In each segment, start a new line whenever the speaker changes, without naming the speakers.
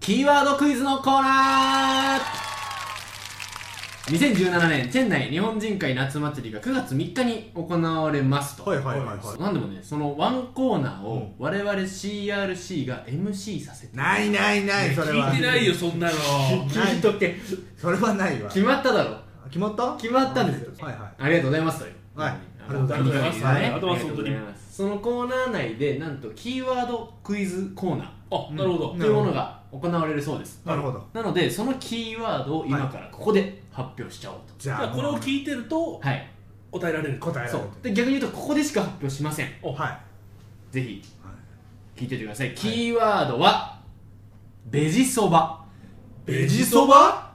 キーワードクイズのコーナー2017年チェン内日本人会夏祭りが9月3日に行われますと、
はいはいはいは
なんでもねそのワンコーナーを我々 CRC が MC させて
いないないないそれは
聞いてないよそんなの
聞いとけ
それはないわ
決まっただろ
決まった
決まったんですよ
はいは
ありがとうございますと
はい
ありがとうございます
あり
ね
がとうございます本
ありがとうご
当に
ざいますそのコーナー内でなんとキーワードクイズコーナ
あなるほど、
ー
うん
というものが行われるそうです
いなるほど
なのでそのキーワードを今からここで発表しちゃおうと
じ
じ
ゃ
ゃ
あ
あこれを聞いてると
はい
答えられる
答えら
そ
れ
う
る
で逆に言うとここでしか発表しません
はい
ぜひ聞いておいてください、キーワードはベジそば
ベジそば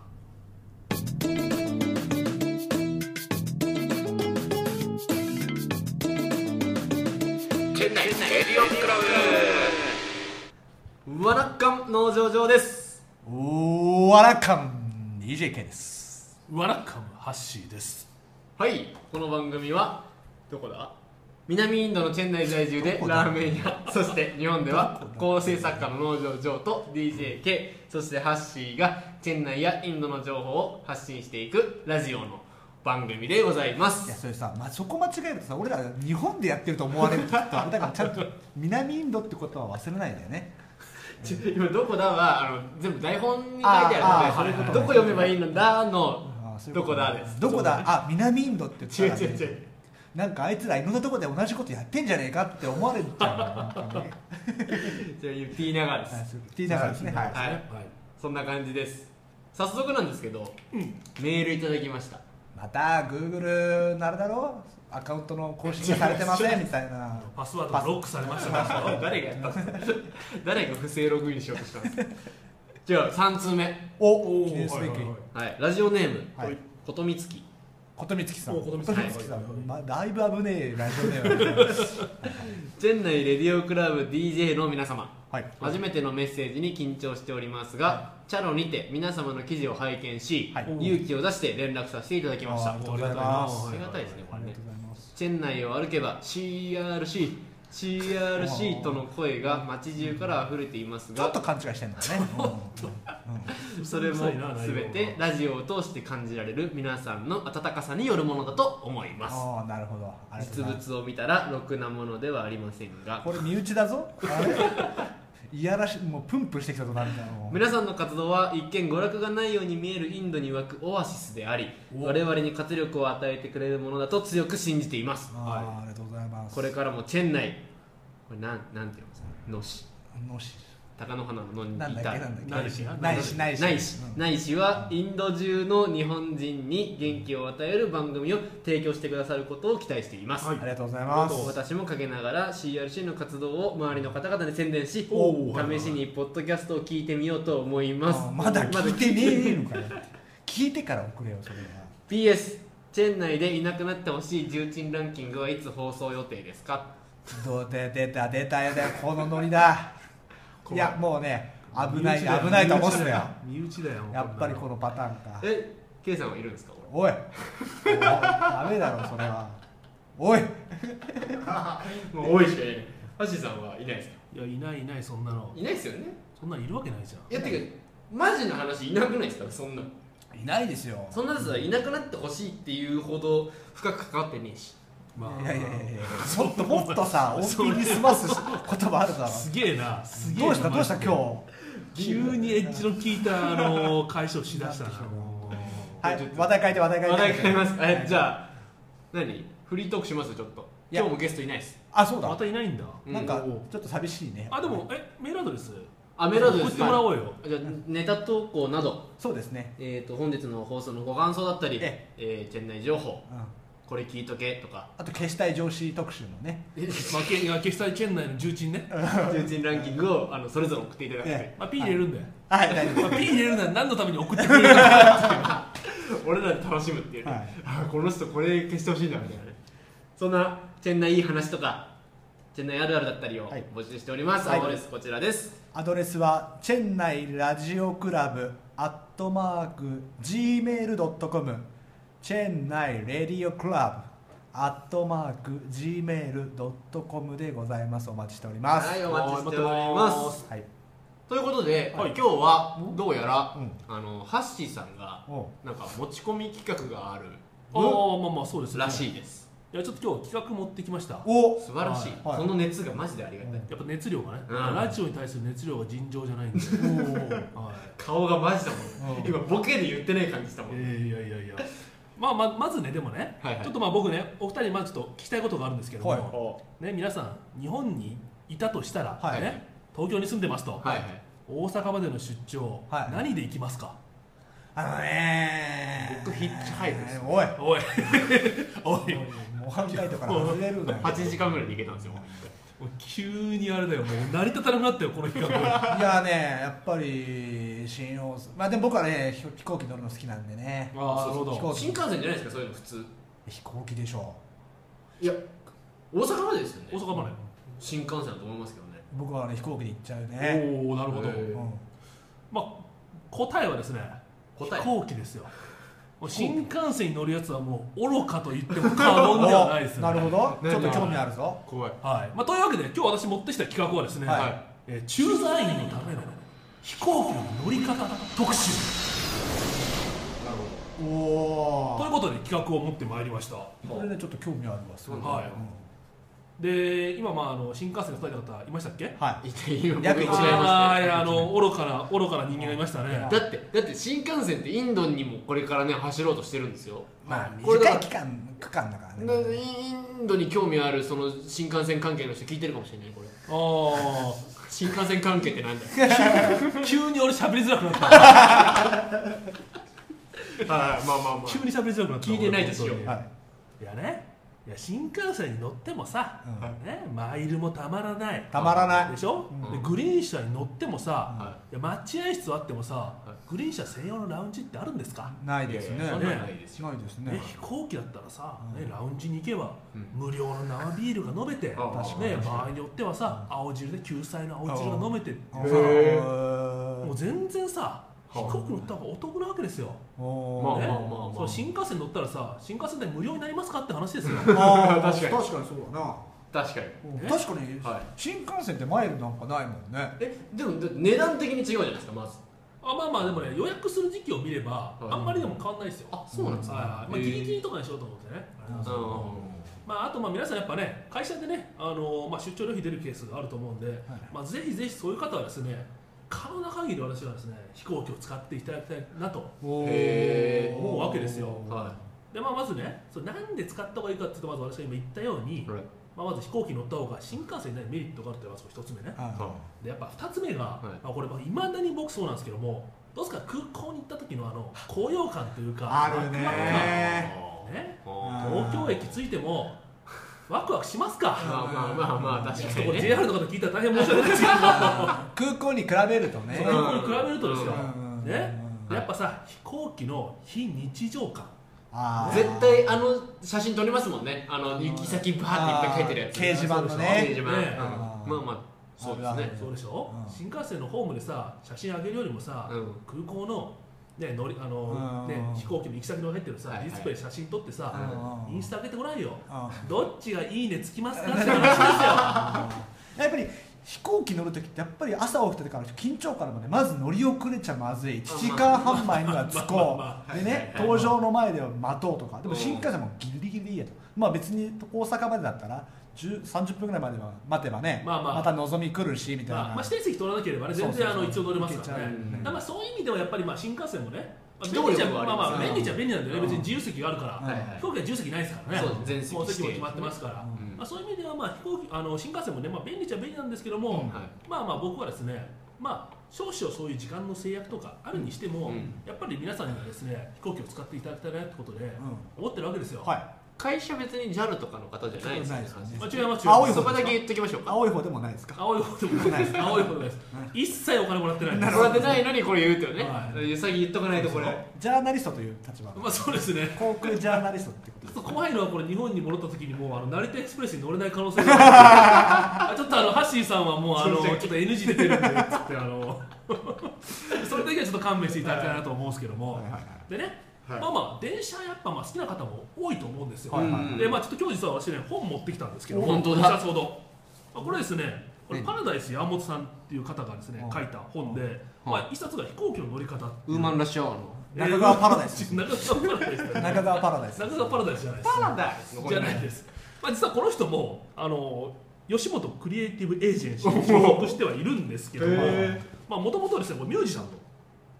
わらっかん農場上です
おーわらかん DJK です
わらかむハッシーです
はいこの番組はどこだ南インドのチェン内在住でラーメン 屋そして日本では構成作家の農場上と DJK そしてハッシーがチェン内やインドの情報を発信していくラジオの番組でございま
い
す
やそれさ、まあ、そこ間違えるとさ俺ら日本でやってると思われるちょっとあれだからちゃんと南インドってことは忘れないんだよね
ちょ今どこだはあの全部台本に書いてあ
あーあー
るので
そういうことね
どこ読めばいいのだの
あーそういう
ど
こ
こと
ね
だです
どこだあ南インドって
違う
言った
違う
らね
違う
なんかあいつらいろんなとこで同じことやってんじゃねえかって思われちゃうよなんかね
じゃあ言って言いながらで
はい
す
そういうことって言いながらですねはい
はい、
はい
そんな感じです早速なんですけど、メールいただきました
また Google のあれだろアカウントの更新がされてませんみたいな
パスワードがロックされましたから
誰がやったんですか 誰が不正ログインしようとしたんですかじゃあ3通目
お
ー
記念すべき
はいはいは
は
い
いラジオネーム、
はい
ことみつき
琴光さん
お琴光さん
琴光さんまだいぶ危ねえラジオネーム
チェン内レディオクラブ DJ の皆様
はい
初めてのメッセージに緊張しておりますが、チャロにて皆様の記事を拝見し、
はい
勇気を出して連絡させていただきました
あーありがとうございます
ありがたいですねこ
あ
れ
り
ね
がとうございます
チェン内を歩けば CRC CRC との声が街中から溢れています
ちょっ
が
と勘違いしてんだね
それも全てラジオを通して感じられる皆さんの温かさによるものだと思います
ああなるほどありがと
実
うございます
物を見たらろくなものではありませんが
これ身内だぞあれいやらしいもうプンプンしてきたとなんだもう
皆さんの活動は一見娯楽がないように見えるインドに湧くオアシスであり我々に活力を与えてくれるものだと強く信じています
あーありがとうございます
これからもチェン内これなんなんて言いますかのし
のし
高野花ののにい
なんだ
た
っけなんだっ
ないし
け
な
ないしないし
ないし
うん
ないしはインド中の日本人に元気を与える番組を提供してくださることを期待しています、
はい
ありがとうございます
私もかけながら CRC の活動を周りの方々に宣伝し
おー
試しにポッドキャストを聞いてみようと思います
あーまだ聞い てねえのかよ聞いてから送れよそれは
PS チェン内でいなくなってほしい重鎮ランキングはいつ放送予定ですか
どう出た出た出た出たこのノリだいやもうね危ない危ないと思ってたよ
身内だよ
やっぱりこのパターンか
え K さんはいるんですか俺
おいおいダメだろそれはおい
もう多いしかいないハシさんはいないですか
いやいないいないそんなの
いないですよね
そんなんいるわけないじゃん
いやてかマジの話いなくないですかそんない
ないですよ
そんなやつはいなくなってほしいっていうほど深く関わってねえし
まあ
いやいやいやいやもっともっとさ大ピンに済ますし言葉あるだろ
すげえなすげえな
どうしたどうした
マジで
今日
急にエッジの効いたあの返しをしだしたなもう
はい話題変えて話題変えて
話題変えます
は
え
い
じゃあ何フリートークしますよちょっと
いや
今日もゲストいないです
あそう
ま
だ
たいないんだ
うん
なんか
お
ちょっと寂しいね
あでもえメールアドレス
あメールアドレ
送
ス
ってもらおうよ
じゃあネタ投稿など、
そうですね
えー、と本日の放送のご感想だったり、え
え
ーチェン内情報
うん
これ聞いとけとか
あと消したい上司特集のね
まあけ決済圏内の重鎮ね
重鎮ランキングをあのそれぞれ送っていただいて
え
まあ P 入れるんだよ
はい大丈夫
まあ P 入れるなら何のために送ってくれるのか
俺らで楽しむ っていうね、
はい
あこの人これ消してほしいんだみたいなねそんなチェン内いい話とかチェン内あるあるだったりを
はい
募集しております、
はい
アドレスこちらです
アドレスはチェンナイラジオクラブアットマーク Gmail.com チェンナイレディオクラブアットマーク Gmail.com でございますお待ちしております
はいお待ちしております
はい
ということで、
はい
今日はどうやら、
うん
あのハッシーさんが
おう
なんか持ち込み企画がある
ああまあまあそうですね
らし
い
いです
やちょっと今日企画持ってきました
お
素晴らしい、
はい
その熱がマジでありがたい、
うん
やっぱ熱量がね、
うん
ラジオに対する熱量が尋常じゃないん で、は
顔がマジだもん、
うん
今ボケで言ってない感じしたもん、
い、いやいやいやまあままずねでもね、
はいはい
ちょっとまあ僕ねお二人にまずちょっと聞きたいことがあるんですけども、
はい
ね、皆さん日本にいたとしたら、
はい
ね、東京に住んでますと、
はいはい
大阪までの出張、
はい
何で行きますか
あのね
僕ヒッチハイクです
おい
おいおい
模範解答から外れるなよ
8時間ぐらいで行けたんですよ
もう急にあれだよもう成り立たなくなったよこの 企画
いやねやっぱり新大阪まあでも僕はねひ飛行機乗るの好きなんでね
ああなるほ
飛行
ど
機
新幹線じゃないですかそういうの普通
飛行機でしょ
いや大阪までですよね
大阪まで、
新幹線だと思いますけどね
僕はね飛行機で行っちゃうね
おおなるほど、
へー
うん
まあ答えはですね
答え
飛行機ですよもう新幹線に乗るやつはもう愚かと言っても過言ではないですよ、ね、
おなるほ
ね
どちょっと興味あるぞ
怖い
はいまあ、というわけで今日私持ってきた企画はですね、
はい
えー駐在員のための飛行機の乗り方特集
お
という
お
ことで企画を持ってまいりました
これねちょっと興味あるわすごい
は
いうで今、まあ、あの新幹線の2人の方いましたっけ
んはい
いや今僕
約
違い
一
ます
年
ね
あーいやあの愚かな愚かな人間がいましたね
だってだって新幹線ってインドにもこれからね走ろうとしてるんですよ
まあ
これだから
短い期間区間だから
な
ね
インドに興味あるその新幹線関係の人聞いてるかもしれないこれ
あー
新幹線関係ってなんだよ
急に俺喋りづらくなっ
は
た
いまあまあま
急に喋りづらくなった
聞いてないですよ
俺
はい
いやねいや新幹線に乗ってもさ、
う
ね、マイルもたまらない
たまらない
でしょ、
うん
でグリーン車に乗ってもさ、
はい
や待合室はあってもさ、
い
グリーン車専用のラウンジってあるんですか、
ないですね
いやいやそん
ね
なのないですよ
ないです
ね
ね、
飛行機だったらさ、
うん
ね、ラウンジに行けば、
うん
無料の生ビールが飲めて、
あ
確かに
ね、場合によってはさ、青汁で救済の青汁が飲めて、
あ
へ
ー
ー
もう全然さ飛行機乗った方がお得なわけですよ、
お
まあ
ー
まあまあ
その新幹線乗ったらさ新幹線で無料になりますかって話ですよ
あー
確かに
確かにそうだな
あ確かに
え
確かに
はい
新幹線ってマイルなんかないもんね
えでもだって値段的に違うじゃないですかまず
あまあまあでもね予約する時期を見れば、
はい
あんまりでも変わんないですよ、
あそうなんです
はいは
か
いまあ、ギリギ
リ
リとかにしようと思ってね、あれなんです
う
けど
ん
まあ、あとまあ皆さんやっぱね会社でね、あのーまあ、出張旅費出るケースがあると思うんで、まあ、ぜひぜひそういう方はですね可能な限り私はですね飛行機を使っていただきたいなと
おー
へー
思うわけですよ
は
で、まあ、まずねそれなんで使った方がいいかっていうとまず私が今言ったように、
いはい
まあ、まず飛行機に乗った方が新幹線にないメリットがあるというのがまず1つ目ね
はい
でやっぱ2つ目が、
い
まあ、これいまあ未だに僕そうなんですけどもどうですか空港に行った時のあの高揚感というか
あるね
ワクワク感
あ
ね
ー
東京駅着いてもワクワクしますか
まあまあまあまあ確
ちょ
か
っとこ
にね
れ JR の方聞いたら大変申し訳ないですけど、
空港に比べるとね
そのこれに比べるとですよ、
うん
ね
うん
やっぱさ飛行機の非日常感
あー
絶対あの写真撮りますもんねあの行き先バーっていっぱい書いてるやつ
あー掲示板のね
掲示板、
ね
うんまあまあそうです
あるあ
ね
る
そうでしょ、
うん
新幹線のホームでさ写真あげるよりもさ、
うん
空港の,、ね乗りあ
う
の
ん
ね、飛行機の行き先の入ってるさ、
はいはい
ディスプレイ写真撮ってさ、
うん
インスタ上げてごらんよ、
うん
どっちがいいねつきますかって話
やっぱり飛行機乗るときってやっぱり朝起きた時から緊張感あるのでまず乗り遅れちゃまずい1時間半前には着こ
まあま
うで
はいはい
ね
はい
搭乗の前では待とうとかでも
うん
新幹線もギリギリでいいやとまあ別に大阪までだったら10 30分ぐらいまでは待てばね
まあまあ
また望み来るしみ
です
た
よ、
いな
まあまあ、指定席取らなければね全
そう
然
そう
あ
そう
の一応乗れますからね
行けちゃう
だからまあそういう意味ではやっぱりまあ新幹線もね、まあ、
機動
便利
力
じゃ
はあり
まあ
ます
まあ便利じゃ便利なんで
う
ね
ん
別に自由席があるから、
うん
はい
飛行機は自由席ないですからね、
そう全席
もう席も
指定
決まってますから、
うん
まあ、そういう意味ではまあ飛行機あの新幹線もね、まあ、便利っちゃ便利なんですけども、
うん
はい
まあまあ僕はですね、まあ、少々そういう時間の制約とかあるにしても、
うん
やっぱり皆さんにはですね飛行機を使っていただきたいなってことで、思ってるわけですよ。
はい
会社別に JAL とかの方じゃないです
ないですよね
まあ、違います違います
青い
そ
方
こだけ言っときましょうか
青い方でもないですか
青い方でもないです。青い方でもないです。一切お金もらってないです。
もらってないのにこれ言うってね
は
うさぎ言っとかないとこれ
ジャーナリストという立場
まあそうですね。
航空ジャーナリストってこと
ち
で
ょ
す
っと怖いのはこれ日本に戻った時にもうあの成田エクスプレスに乗れない可能性があるあちょっとあのハッシーさんはもうあの
そうですね
ちょっと NG 出てるんでっつってあのそれだけはちょっと勘弁していただきたいなと思うんですけども、
はいはいはい
でね、
はい
まあまあ電車やっぱまあ好きな方も多いと思うんですよ、
はいはい
うん
でまあちょっと今日実は私ね本持ってきたんですけども
お本当だ
一冊ほど、まあ、これですねこれ
ね
パラダイス山本さんっていう方がですね
うん
書いた本で、
うん
まあ、一冊が飛行機の乗り方ってい
ウ
う
ーマンラッシュアワーの
中川パラダイス
中川パラダイスだね
中川パラダイス
中川パラダイスじゃないです
パラダイスのこ
じ
れ
ゃないです、まあ、実はこの人もあの吉本クリエイティブエージェンシーに所属してはいるんですけども
へ
まあもともとですねこれミュージシャンの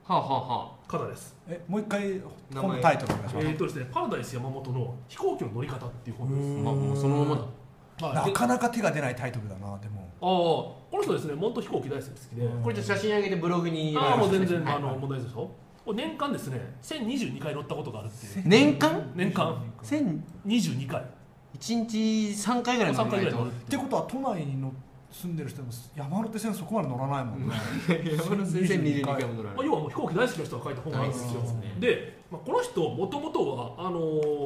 はあはあは
方です
えもう一回
名前
本のタイトルお願い
え
します
ーとですねパラダイス山本の飛行機の乗り方っていう本です
あまあもうそのままだ
はい
な
であ
かなか手が出ないタイトルだなでも
あこの人ですね本当飛行機大好きで
うん
これじゃあ写真上げてブログに
ああもう全然、
はい
あの問題ないですよこれ年間ですね1022回乗ったことがあるっていう
年間
年間
1000
22回
一日三回ぐらい
3回ぐらい
と
乗るっ
って
ていう
ことは都内にの住んでる人でも山手線そこまで乗らないもんね
千二十二回も乗ら
ま
な
あ、
い
要はもう飛行機大好きな人が書いた本なんですよ
大好きですね
で、まあ、この人もともとはあのー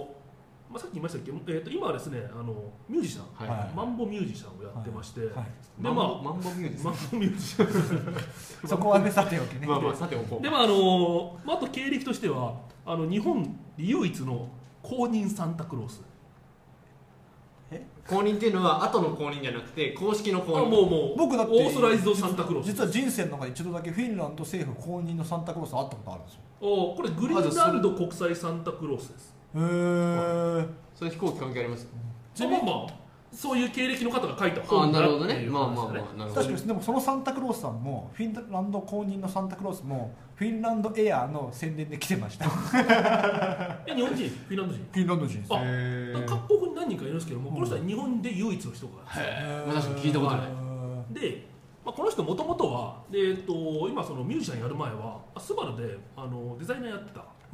まあ、さっき言いましたっけ、えー、と今はですね、あのミュージシャン、
はい
は
マンボミュージシャンをやってまして、
はい
で
マン
まあ
ボマンボミュージッ
マンボミュージシャン
そこはねさておきね
クまあまあさておこう
でまああのまあ、あと経歴としてはあの日本唯一の公認サンタクロース
公認っていうのは後の公認じゃなくて公式の
あ
公
もう
認
もう
僕だって
オーソライズドサンタクロース
実は人生の中で一度だけフィンランド政府公認のサンタクロース会ったことあるんですよ
おこれグリーンランド国際サンタクロースです
へえ
それ飛行機関係あります
まあまあまあそういう経歴の方が書いた
あ
本
な
だ
るほ
っていう
どねまあまあ
話で
まあ
すね
なるほ
確
ど
かにでもそのサンタクロースさんもフィンランド公認のサンタクロースもフィンランドエアーの宣伝で来てましたフ
え日本人フィンランド人
ィンランド人です
あ
へ
なんか各国に何人かいるんですけども、この人は日本で唯一の人が、
まあ確かに聞いたことない
で、まあ、この人もともとは、でえっと、今そのミュージシャンやる前はあスバルであのデザイナーやってた
へ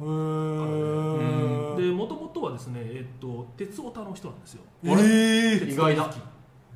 でもともとはですね、えっと、鉄オタの人なんですよ
ええ
意外だ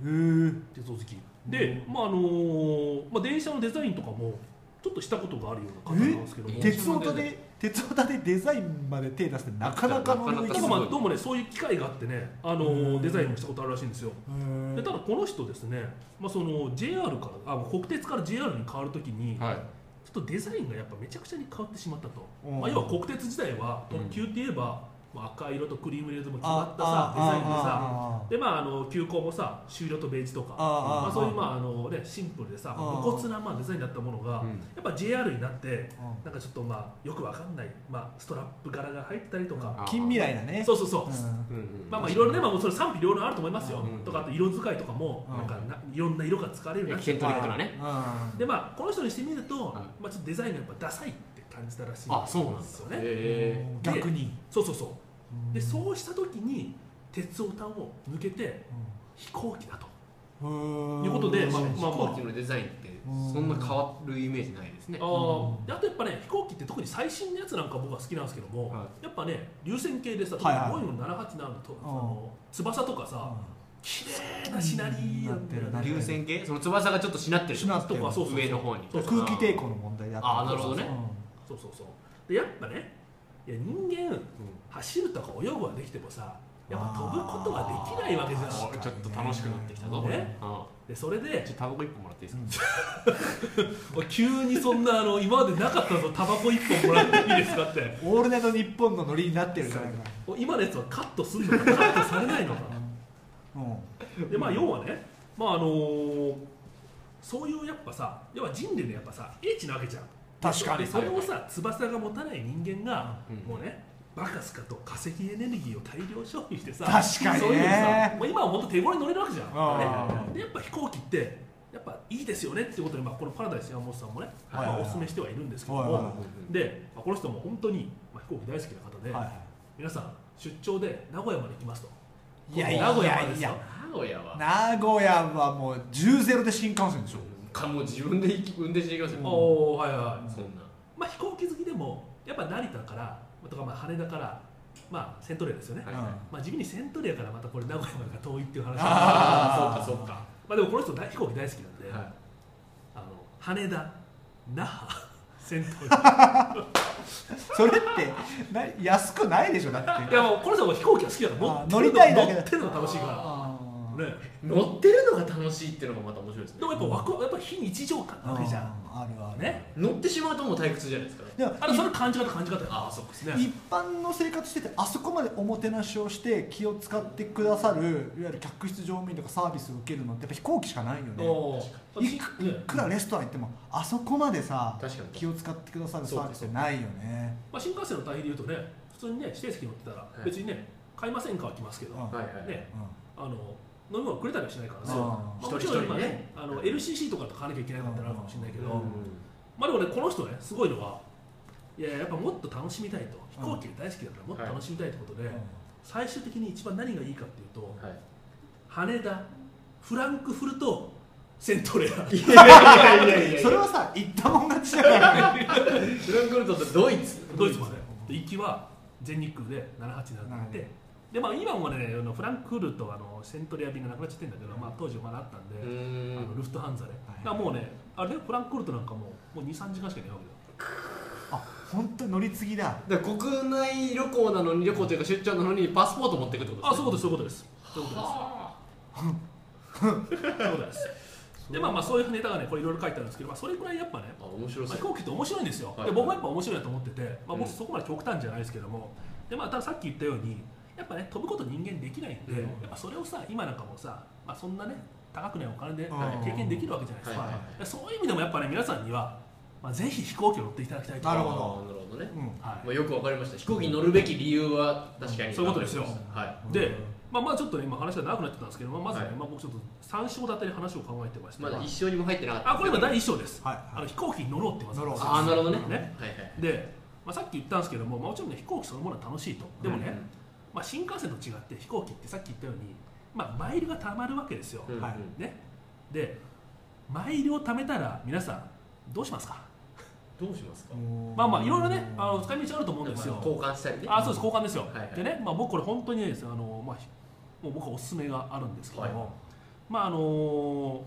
ー
鉄オ好きで、まああのまあ、電車のデザインとかもちょっとしたことがあるような方なんですけども
え
鉄オタで鉄オタでデザインまで手出すってなかなかの領域
ただ
な
ま
か
あ
なか
どうもねそういう機会があってね、あの
うん
デザインもしたことあるらしいんですよ
へ
で
ー
ただこの人ですね、まあ、その JR からあ国鉄から JR に変わるときに、
はい
ちょっとデザインがやっぱめちゃくちゃに変わってしまったと、
うん
まあ、要は国鉄自体は
うん
特急って言えば、まあ、赤色とクリーム色でも決ま
あ
った
あ
さデザインでさ
あ
でまああの急行もさ朱色とベージュとか
ああ
ま
あ
あ、そういうまああの、ね、シンプルでさ
ああ
露骨なまあデザインだったものが、
うん
やっぱ JR になって
あ
なんかちょっとまあよくわかんない、まあ、ストラップ柄が入ったりと
あ
か、
あ近未来だね
そうそうそう、
う
う
ん
んうん
まあまあいろいろね、まあ、もうそれ賛否両論あると思いますよ、
うん
とかあと色使いとかも
うん
なんかないろんな色が使われるように
エキ
なっ
セ
て
ントリックなね
うん
でまあこの人にしてみると、
はい
まあ、ちょっとデザインがやっぱダサいって感じたらしい
あそうなんだ
ですよね
へ
うん逆に
そうそうそうで
う
そうした時に鉄オタを抜けて飛行機だと
ん
いうことでまあ
え飛行機のデザインってそんな変わるイメージないですね
あーであとやっぱね飛行機って特に最新のやつなんか僕は好きなんですけども、
は
やっぱね流線形でさ
はいはい
ボーイングの787のとあの翼とかさ綺麗なシナリオ
なってるな
流線形その翼がちょっとしなってる
しなって
と
る
かそうそうそう
上の方に
そうそう
空気抵抗の問題だったり
あーなるほどね
そうそうそうでやっぱねいや人間走るとか泳ぐはできてもさやっぱ飛ぶことができないわけじゃ
あ
ん
ちょっと楽しくなってきたぞ
ね
これうん
でそれで
ちょっとタバコ一本もらっていいですか
おい急にそんなあの今までなかったぞタバコ1本もらっていいですかって
うんオールナイト日本のノリになってるじゃないか
お今のやつはカットするのかカットされないのか
うん
でまあ要はねまああのーそういうやっぱさ要は人類のやっぱさ英知なわけじゃん
確かに
でそれをさ翼が持たない人間が、
うん
もうねバカスカと化石エネルギーを大量消費してさ
確かにね
そういうのさもう今は本当手頃に乗れるわけじゃん
あー
でやっぱ飛行機ってやっぱいいですよねってことで、まあ、このパラダイス山本さんもね、
はいはいはい
まあ、おすすめしてはいるんですけど
はいはいは
も
い
で、まあ、この人も本当に、まあ、飛行機大好きな方で、
はいは
皆さん出張で名古屋まで行きますと
いやい
名
やい
古屋まで
や
で
い
すよ
や
名古屋は
名古屋はもう10ゼロで新幹線でしょ
かもう自分で行き運転していきますよ、
おおはいはい
そんな
まあ飛行機好きでもやっぱ成田からとかまあ羽田からまあセントレアですよね、
はい
まあ地味にセントレアからまたこれ名古屋までが遠いっていう話
あ
ーそうかそうか
まあでもこの人大飛行機大好きなんで、
は
あの羽田那覇セントレ
それってな安くないでしょだっ
ア
て
いやもうこの人はもう飛行機が好きだから
あ
乗
乗りたいだけ
乗
だ
ってるのが楽しいから
あー
ね
乗ってるのが楽しいっていうのがまた面白いですね
でもやっぱワクワクやっぱ非日常感なわけじゃん
あるある
ね
乗ってしまうともう退屈じゃないですか
でも
あれそれ感じ方感じ方ああそうです
一般の生活しててあそこまでおもてなしをして気を使ってくださるいわゆる客室乗務員とかサービスを受けるのってやっぱ飛行機しかないよね
お
いくいくらレストラン行ってもあそこまでさ
確かに
気を使ってくださるサービスってないよね
まあ、新幹線の対比で言うとね普通にね指定席乗ってたら
い
別にね買いませんかは来ますけど、
うん
はいはい
ね
うん
あの飲み物くれたりはしないからね、
そう
まあ、もち
一人一
ろん
人
今ね
ね
あの LCC とかと買わなきゃいけないのってなるかもしれないけど、
うん
まあでもねこの人ねすごいのはいややっぱもっと楽しみたいと飛行機が大好きだからもっと楽しみたいってことで、最終的に一番何がいいかっていうと、
はい
羽田フランクフルトセントレア
いやいやいやいや
それはさ行ったもん勝ちだからね
フランクフルトってドイツ
ドイツまでで行きは全日空で787になって、
はい
でまあ、今もねあのフランクフルトあのセントレア便がなくなっちゃってるんだけど、まあ、当時はまだあったんで、
う
あの
ん
ルフトハンザで、
はい
だからもうねあれねフランクフルトなんかもうもう23時間しかいないわけだよ
あ本当乗り継ぎだ
だから国内旅行なのに旅行というか出張なのにパスポート持ってくってこと
あそういう
で
ことですそういうことですそういうこ とですそういうことですでまあまあそういうネタがねこれいろいろ書いてあるんですけど、まあ、それくらいやっぱね
すかあ面白
ま
そ
あ、
う
飛行機って面白いんですよ、
はい
で僕はやっぱ面白いなと思ってて、まあ、
うん
僕そこまで極端じゃないですけども、でまあ、たださっき言ったようにやっぱね飛ぶこと人間できないんで、
うん
やっぱそれをさ今なんかもさ、まあ、そんなね高くないお金
う
で
ん
経験できるわけじゃないですか、
はいはいはい
でそういう意味でもやっぱね皆さんには、まあ、ぜひ飛行機を乗っていただきたいと
あ
な
ー
る
な
ほ
る
ど
ほどね
うん
は
ま
い
あよくわかりました飛行機に乗るべき理由は確かに
そういうことですよ
は
で、まあ、まあちょっとね今話が長くなっちゃったんですけど、まあ、まずね、
はい
まあ、僕ちょっと3章立てで話を考えてまし
い
て、
まだ一生にも入ってなかった
あこれ今第1章です、
はい
あの飛行機に乗ろうってます
乗ろう
ああなるほどね
ね
はいはい
で、まあ、さっき言ったんですけども、まあ、もちろんね飛行機そのものは楽しいとでもね、まあ、新幹線と違って飛行機ってさっき言ったように、まあ、マイルがたまるわけですよ、
うんうん
はい
ね、でマイルを貯めたら皆さんどうしますか
どうしますか
まあまあいろいろねあの
の
使い道あると思うんですよ、
交換したりね
あそうです交換ですよ、
はいはい
でね、まあ、僕これ本当にですねあの、まあ、ひもう僕はおすすめがあるんですけども、
は
まああの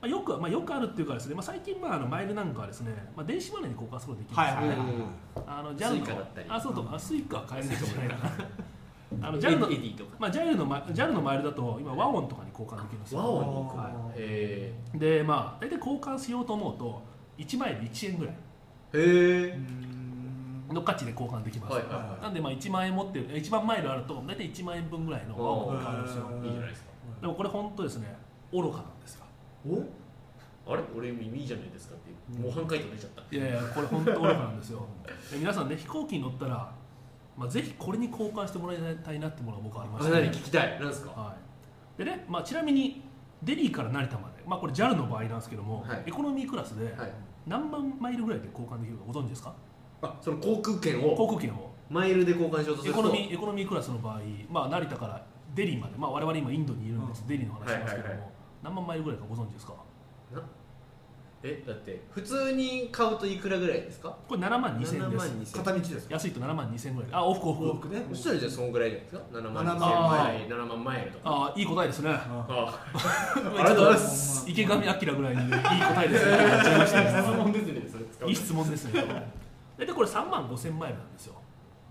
まあよくまあ、よくあるっていうかですね、まあ、最近、まあ、あのマイルなんかはですね、まあ、電子マネーに交換することできるん
は
で
い
すよ
は
ね、
いはいはい
あの JAL の
スイカだったり
あそうとかあスイカは買えないとか ないかなあの
ジャ
JAL
ン
の
のエディとか
まあ JAL のマ JAL のマイルだと今和音とかに交換できるんです
和
よ
音に行く
は
へ
でまあ大体交換しようと思うと1マイル1円ぐらい
えへえ
うん
の価値で交換できます、
はいはいは
なんでまあ1万円持ってる1万マイルあると大体1万円分ぐらいの和音が買えるんですよ
いいいじゃないですか
でもこれ本当ですね愚かなんですよ
あれ俺耳いいじゃないですかっていう模範解答出ちゃった
いやいやこれ本当愚かなんですよで皆さんね飛行機に乗ったら、まあ、ぜひこれに交換してもらいたいなってものが僕はありま
あ
して
何聞きたいなんですか
はい、でね、まあ、ちなみにデリーから成田まで、まあ、これ JAL の場合なんですけども、
はい
エコノミークラスで
はい
何万マイルぐらいで交換できるかご存知ですか
あその航空券を
航空券を
マイルで交換しようとす
エ
る
コ
と
ノミーエコノミークラスの場合、まあ、成田からデリーまで、まあ、我々今インドにいるんです、
うん
デリーの話しますけ
はい
ども、
はいは
何万マイルぐらいかご存知ですか
えだって普通に買うといくらぐらいですか
これ7万2000円
7
で
万
す
2000
片道ですか
安いと7万2000円ぐらいあ往復往復
往復ね
そしたらじゃあそのぐらいじゃないですか7万2000
7
マ
万
イル7万マイルとか
ああいい答えですね
あありがとうございます
池上彰ぐらいにいい答えですね言っちゃいましたね
質問ですねそれ使う
いい質問ですね大体これ3万5000マイルなんですよ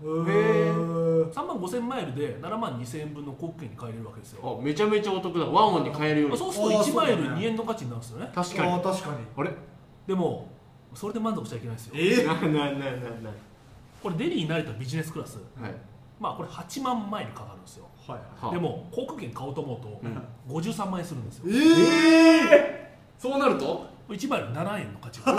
へ
3万5000マイルで7万2000円分の航空券に変えれるわけですよ、
あめちゃめちゃお得だワンオンに買えるよう
まあ
に
そうすると
あー
1マイル
そうだね
2円の価値になるんですよね
確かに
あー確かに
あれ
でもそれで満足しちゃいけないんですよ
えななななな
これデリーに慣れたビジネスクラス
はい
まあこれ8万マイルかかるんですよ
はい
はあ
でも航空券買おうと思うと53万円するんですよ
ええそうなると
1マイル7円の価値 が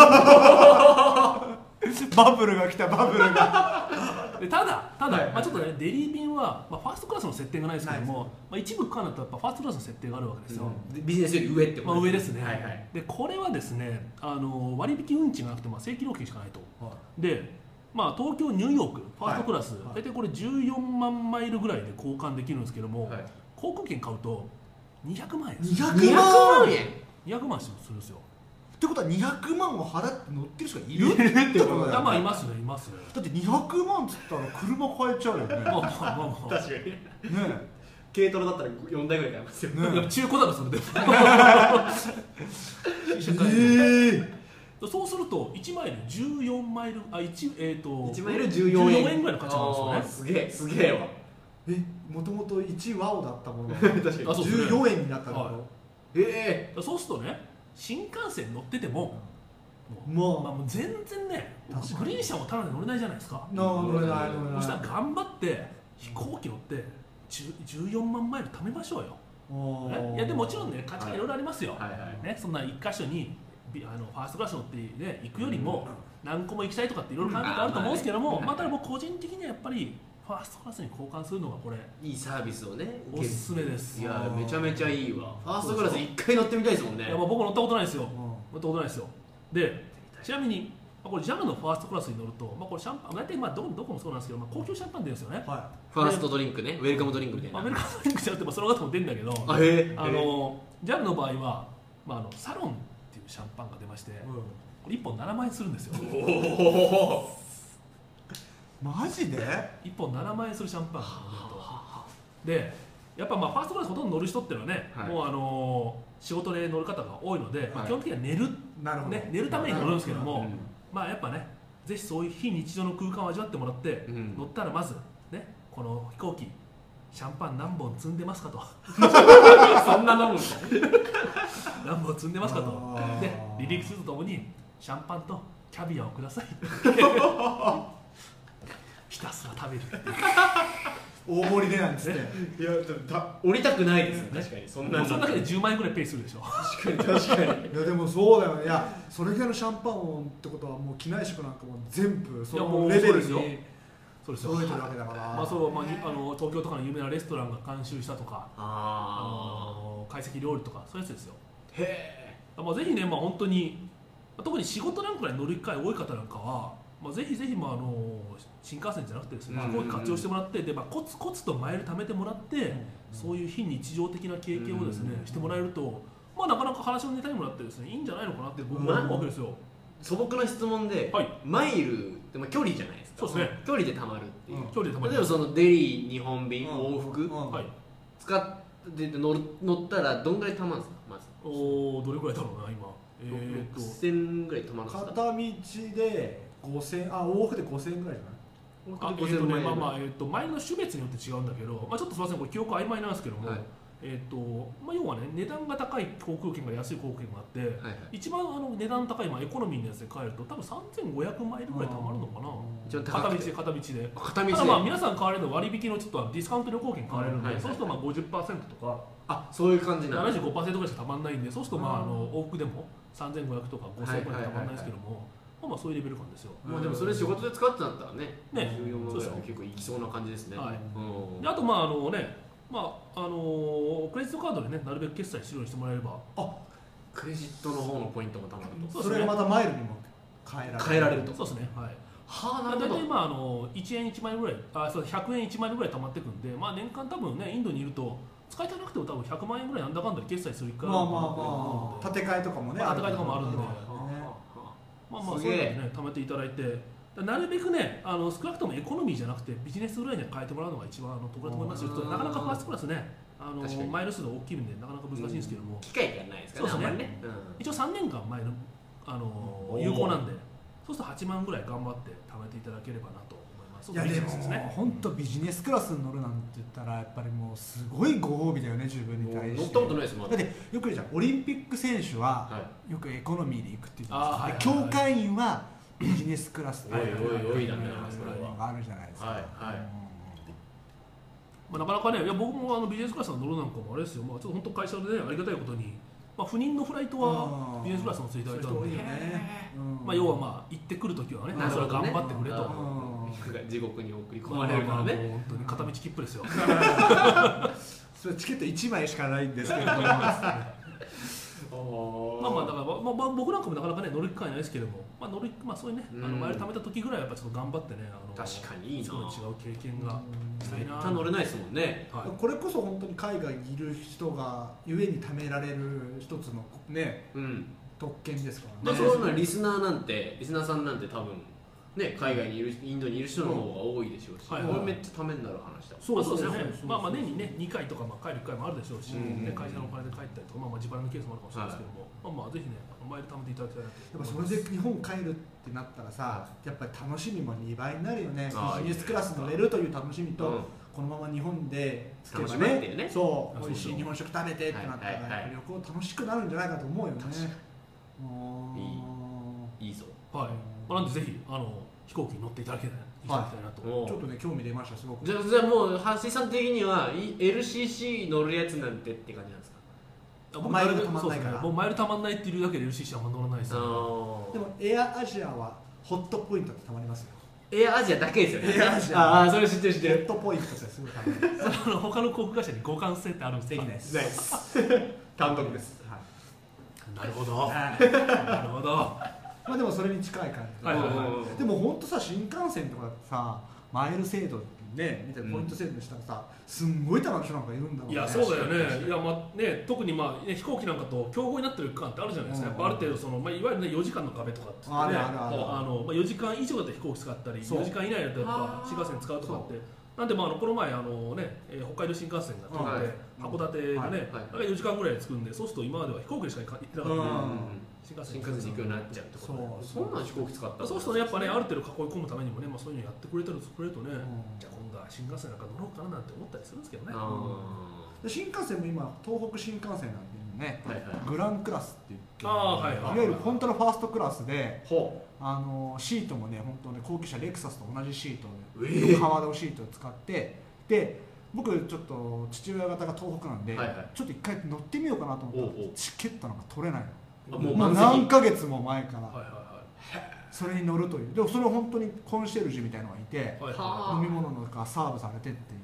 バブルが来たバブルが
でただた
はい
だまあちょっとねデリー便はまあファーストクラスの設定がないですけどもまあ一部区間だとやっぱファーストクラスの設定があるわけですよ
でビジネスより上ってこ
まあ
と
上ですね
はいはい
でこれはですねあの割引運賃がなくてまあ正規料金しかないとで、まあ、東京、ニューヨーク、ファーストクラス、
はい
大体これ14万マイルぐらいで交換できるんですけども、
はい
航空券買うと200万円です
200
200万円
200万円するんですよ。
ってことは200万を払って乗ってる人がいるってことだよ
まあ、い
ね
ますね、いますね。
だって200万っつったら車買えちゃうよね
まあ
ね
まあまあまあ、
かに
え
軽トラだったら4台ぐらい買いますよ
いや中古だろ、それでも。
えー
そうすると、1マイル14マイル、あ、1、えっ、と、
1マイル14円
14円ぐらいの価値なんですよね。
すよねすげえすげえわ
ええもともと1ワオだったものが
確
あそうですね
14円になった
は
の
え
そうするとね新幹線乗ってても、
もう
まあ、もう全然ね
確かに
グリーン車もタダで乗れないじゃないですか
な乗れない乗れない
そしたら頑張って飛行機乗って10 14万マイル貯めましょうよ、
お
ね
ー
いやでもちろんね価値観
はい
いろいろありますよ、
はいはい
ね、そんな一箇所にびあのファーストクラス乗って、ね、行くよりも何個も行きたいとかっていろいろ考え方あると思うんですけども、
うんあーまあ
まあ
ね
ただ僕個人的にはやっぱりファーストクラスに交換するのがこれ
いいサービスをね
おすすめです
いや
い
ーめちゃめちゃいいわファーストクラス一回乗ってみたいですもんね
やまあ僕乗ったことないですよ
う
乗
ん
ったことないですよでちなみにまあこれ JAL のファーストクラスに乗ると、まあ、これシャンパン大体まあどこどこもそうなんですけど、まあ、高級シャンパン出るんですよね、
は
ファーストドリンクねウェルカムドリンクみたい
ア
な
メリカンドリンクじゃなくて、まあ、その方も出るんだけど
あへえ
あの JAL の場合は、まあ、あのサロンっていうシャンパンが出まして
い、うん
これ1本7万円するんですよ
マジで
1本7万円するシャンパンが出るとでやっぱまあファーストクラスほとんど乗る人っていうのはね、
はい
もうあのー仕事で乗る方が多いので、ま
は
あ、
い
基本的には寝る、
なるほど
ね、寝るために乗るんですけども、
うん
まあやっぱねぜひそういう非日常の空間を味わってもらって、
うん
乗ったらまずねこの飛行機シャンパン何本積んでますかと
そんな飲むの
何本積んでますかと
あー
で離陸するとともにシャンパンとキャビアをくださいひたすら食べるっていう
大盛りでなんつって
いやだ降りたくないですね確かにそんな
も
の
うそれだけで10万円ぐらいペイするでしょ
確かに確かに
いやでもそうだよねいやそれぐらいのシャンパンをってことはもう機内食なんかも全部そ
いやも
の
う
レベルに
そうですよそうですよ
揃えてるわけだから
まあそうまあ、にあの東京とかの有名なレストランが監修したとかあ
あ
の懐石料理とかそういうやつですよ
ーへ
まあ、ぜひね、まあ、本当にまあ特に仕事なんかで乗る機会多い方なんかは、まあ、ぜひぜひ、まあ、あの新幹線じゃなくてですね
うん
飛行機活用してもらってで、まあ、コツコツとマイル貯めてもらって、そういう非日常的な経験をですね、
うん
してもらえると、まあ、なかなか話のネタにもなってですねいいんじゃないのかなって僕も
まあ
思うわけですよ、
え素朴な質問で、
はい
マイルって、まあ、距離じゃないですか
そうですね
距離でたまるっていう、
うん
距離で貯ま
例
り
え
ま
ば
す
そのデリー日本便
うん
往復、
うん
はい
使って乗る乗ったらどんぐらいたまるんですかまず、
おーどれくらいだろうな今えー、っと
6000ぐらいたまるんです
片
か
道で5000あ往復で5000円ぐらいじゃない
あえーとねまあまあえー、と前の種別によって違うんだけど、まあ、ちょっとすみません、これ記憶曖昧なんですけども、
はい
えーとまあ、要はね、値段が高い航空券から安い航空券があって、
はいはい
一番あの値段高い、まあ、エコノミーのやつで買えると、多分3500マイルぐらい貯まるのかな、
一番
片
高
道
く
で
て
片道で。
片
た
道で
だまあ皆さん買われるのは割引のちょっとあのディスカウント旅行券買われるので、
はいはい
そうするとまあ50%とか
あそういう感じなんだ
75%ぐらいしかたまんないんでそうするとまああの往復でも3500とか5000ぐらいたまんないですけども、まあまあそういうレベル感ですよ。
まあでもそれ仕事で使ってたんだったらね
ね
14万ぐらいは
そうそう
結構いきそうな感じですね、
はい
うん
であとまああのね、まああのークレジットカードでねなるべく決済するようにしてもらえれば
クレジットの方のポイントもたまると
そうです
そ
ね
れがまたマイルにも変えられる
変えられると
そうですねはい
はあ
だ
ないるほ
たい
ど
まああの1円1枚ぐらいあそう100円1枚ぐらい貯まってくんでまあ年間多分ねインドにいると使いたなくても多分100万円ぐらいなんだかんだで決済するか
まあまあまあ
まあ
建て替えとかもね
まあ建て替えとかもあるんで
ね
まあまあ
すげ
そう
え
いうのでね貯めていただいてだなるべくねあの少なくともエコノミーじゃなくてビジネスぐらいには変えてもらうのが一番あの得だと思いますよ
うん
なかなかファーストクラスねあ
確か
の
に
マイル数が大きいんでなかなか難しいんですけども、
機械がないですからねあ
そうですね
んまりね、
一応3年間前の、あのー
おー
有効なんでそうすると8万ぐらい頑張って貯めていただければなと思います
いや
そう
で
いう
も
ビジネスですね
本当ビジネスクラスに乗るなんて言ったらやっぱりもうすごいご褒美だよね自分に
うん
対
乗っ
した
こ
て
とないですもん
だってよく言うじゃんオリンピック選手は、
は
よくエコノミーで行くっていう
あーはい
教会員はビジネスクラスで
おいおいおい
だ
だね
そ
それ
れ
は
があるじゃないですか
はいはい
まあ、なかなかねいや僕もあのビジネスクラスの乗るなんかもあれですよ、まあ、ちょっと本当会社でねありがたいことに、まあ、不妊のフライト
あ
は
ー
ビジネスクラスに乗せていただいた
そ
ん
ういう
で
人多いよねうん
まあ、要はまあ行ってくるときはね
なるほ
それは
ど
頑
ね
張ってくれと。
い なんか地獄に送り込
ま
ま
あま
れ
あ
るか
まあ
ら
もう
ね
本当に片道切符ですよ。
それチケット1枚しかないんですけど
まあまあだ
あ
から、まあまあ、僕なんかもなかなかね乗る機会ないですけども、まあ乗るまあそういうね、あ
う
の
ん
前貯めた時ぐらいはやっぱちょっと頑張ってね、あの
確かにいいな
その違う経験がしたいな。
絶対乗れないですもんね
はい。
これこそ本当に海外にいる人がゆえに貯められる一つのね
うん
特権ですから
で
ね
そういうのはリスナーなんてリスナーさんなんて多分ね、海外にいるインドにいる人の方が多いでしょうし、
はい
これめっちゃためになる話だもん
そうです
そ
ね
うそうそうそう
まあまあ年にね2回とかまあ帰る機会もあるでしょうし、
うん
ね、会社のお金で帰ったりとか、まあ、まあ自腹のケースもあるかもしれないですけども、まあまあぜひねあのマイル貯めていただきたいな
やっ
と
ぱ
思い
そ
ま
れ
す
で日本帰るってなったらさやっぱり楽しみも2倍になるよねビ
あー
ジネスクラス乗れるという楽しみと、
うん
このまま日本でつけば
楽しめっていうね
そう
あそうそう
美味しい日本食食べてってなったら、
はいはいはい
やっぱ旅行楽しくなるんじゃないかと思うよね
確かに
うーん
いいいいぞ
はいまあ、なんでぜひあの飛行機に乗っていただけたらいただきたいなと、
おう
ちょっとね興味出ましたすごく
じゃあじゃあもう橋井さん的にはい LCC 乗るやつなんてって感じなんですか
あ僕
マイルがたまんないから
そうですねもうマイルたまんないっていうだけで LCC はあんま乗らないです
あ
ね
の
でもエアアジアはホットポイントってたまりますよ
エアアジアだけですよね
エアアジア
ああそれ知ってる知って
ホッ
る
トポイントってすごいたまります
あの他の航空会社に互換性ってあるんです
で
か
きないです
ナイス単独 です
はい
なるほどなるほどは
まあでもそれに近い感じで、
はいはいはい
でも本当さ新幹線とかさマイル制度ねみたいなポイント制度にしたらさ、すんごい高い人なんかいるんだろうね
いやそうだよねいや、まあね、特に、まあね、飛行機なんかと競合になってる区間ってあるじゃないですか、
うん
やっぱある程度その、まあ、いわゆる、ね、4時間の壁とかって言っ
あ
て、
る
ね、
あるある
あのまあ、4時間以上だと飛行機使ったり
そう
4時間以内だとやっぱ
あー
新幹線使うとかってなんで、まあ、あのこの前あの、ねえー北海道新幹線が通って、
はい
函館がね、
はいはい
あれ4時間ぐらいで着くんでそうすると今までは飛行機でしか行か行ってなかったんで、
うん
新幹
新
線
幹線行くようになっちゃうってことだよ
そう
そんなん飛行機使った
そうするとねやっぱねある程度囲い込むためにもね、まあ、そういうのやってくれたりくれるとね、じゃあ今度は新幹線なんか乗ろうかななんて思ったりするんですけどね、
あ
で新幹線も今東北新幹線なんていうのね
ーはいはい
グランクラスって言って
ああはいはい
わゆる本当のファーストクラスで
ほ
あのシートもね本当ね高級車レクサスと同じシート
うえ
で、
え
ハワードシートを使ってで僕ちょっと父親方が東北なんで、
はいはい
ちょっと一回乗ってみようかなと思った
お
ら
うおう
チケットなんか取れないの
あもう
まあ、
満席
何ヶ月も前から
はいはい
それに乗るというでもそれは本当にコンシェルジュみたいなのがいて
はいはい
はあ
飲み物のがサーブされてっていう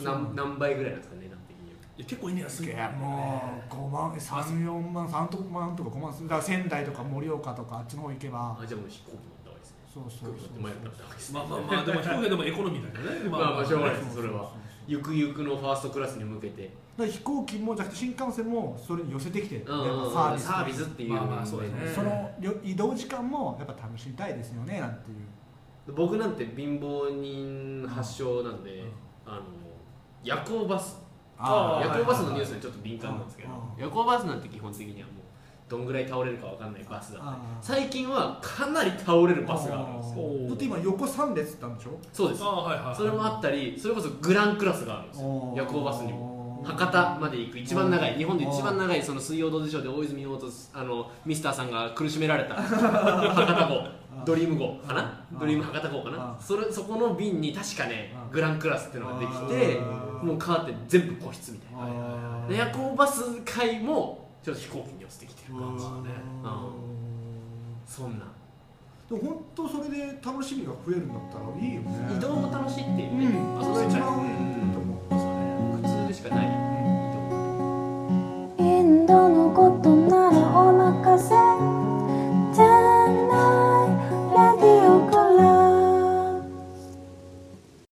う何何倍ぐらいなんですかね値段的に
いや結構いいね安い
い
ね
やもう5万34万3万とか5万するだから仙台とか盛岡とかあっちの方行けば
あじゃあもう飛行機乗った方がいいですね
そう
飛
そ
行
う
機乗って
そう
前に乗った方がいいですね
まあまあまあでも飛行機はでもエコノミーだけどね
まあまあしょうがない
ね
ですそれはゆくゆくのファーストクラスに向けて
だから飛行機もじゃなくて新幹線もそれに寄せてきてる、
うんうん
やっ
うん
ぱ
サービスっていう
まあまあそうですね
その旅移動時間もやっぱ楽しみたいですよねなんていう
僕なんて貧乏人発祥なんで、
うん
あの夜行バス
あー
夜行バスのニュース
はい
にちょっと敏感なんですけど
あー
夜行バスなんて基本的にはもうどんぐらい倒れるかわかんないバスだったり
あー
最近はかなり倒れるバスがあるんですよ
おー
だって今横3列って言ったんでしょ
そうです
ああはいはいはい
それもあったりそれこそグランクラスがあるんですよ
おー
夜行バスにも博多まで行く一番長い日本で一番長いその水曜どうでしょうで大泉洋とあのミスターさんが苦しめられた 博多号ドリーム号かな
うん
ドリーム博多号かな
うん
それそこの便に確かね
うん
グランクラスっていうのができて
うん
もうカーテン全部個室みたいな
あ
で夜行バス会もちょっと飛行機に寄せてきてる感じ
う
で
ね
そんな
も本当それで楽しみが増えるんだったらいいよね
移動も楽しいっていう
う
ね
んそれ一番いいと思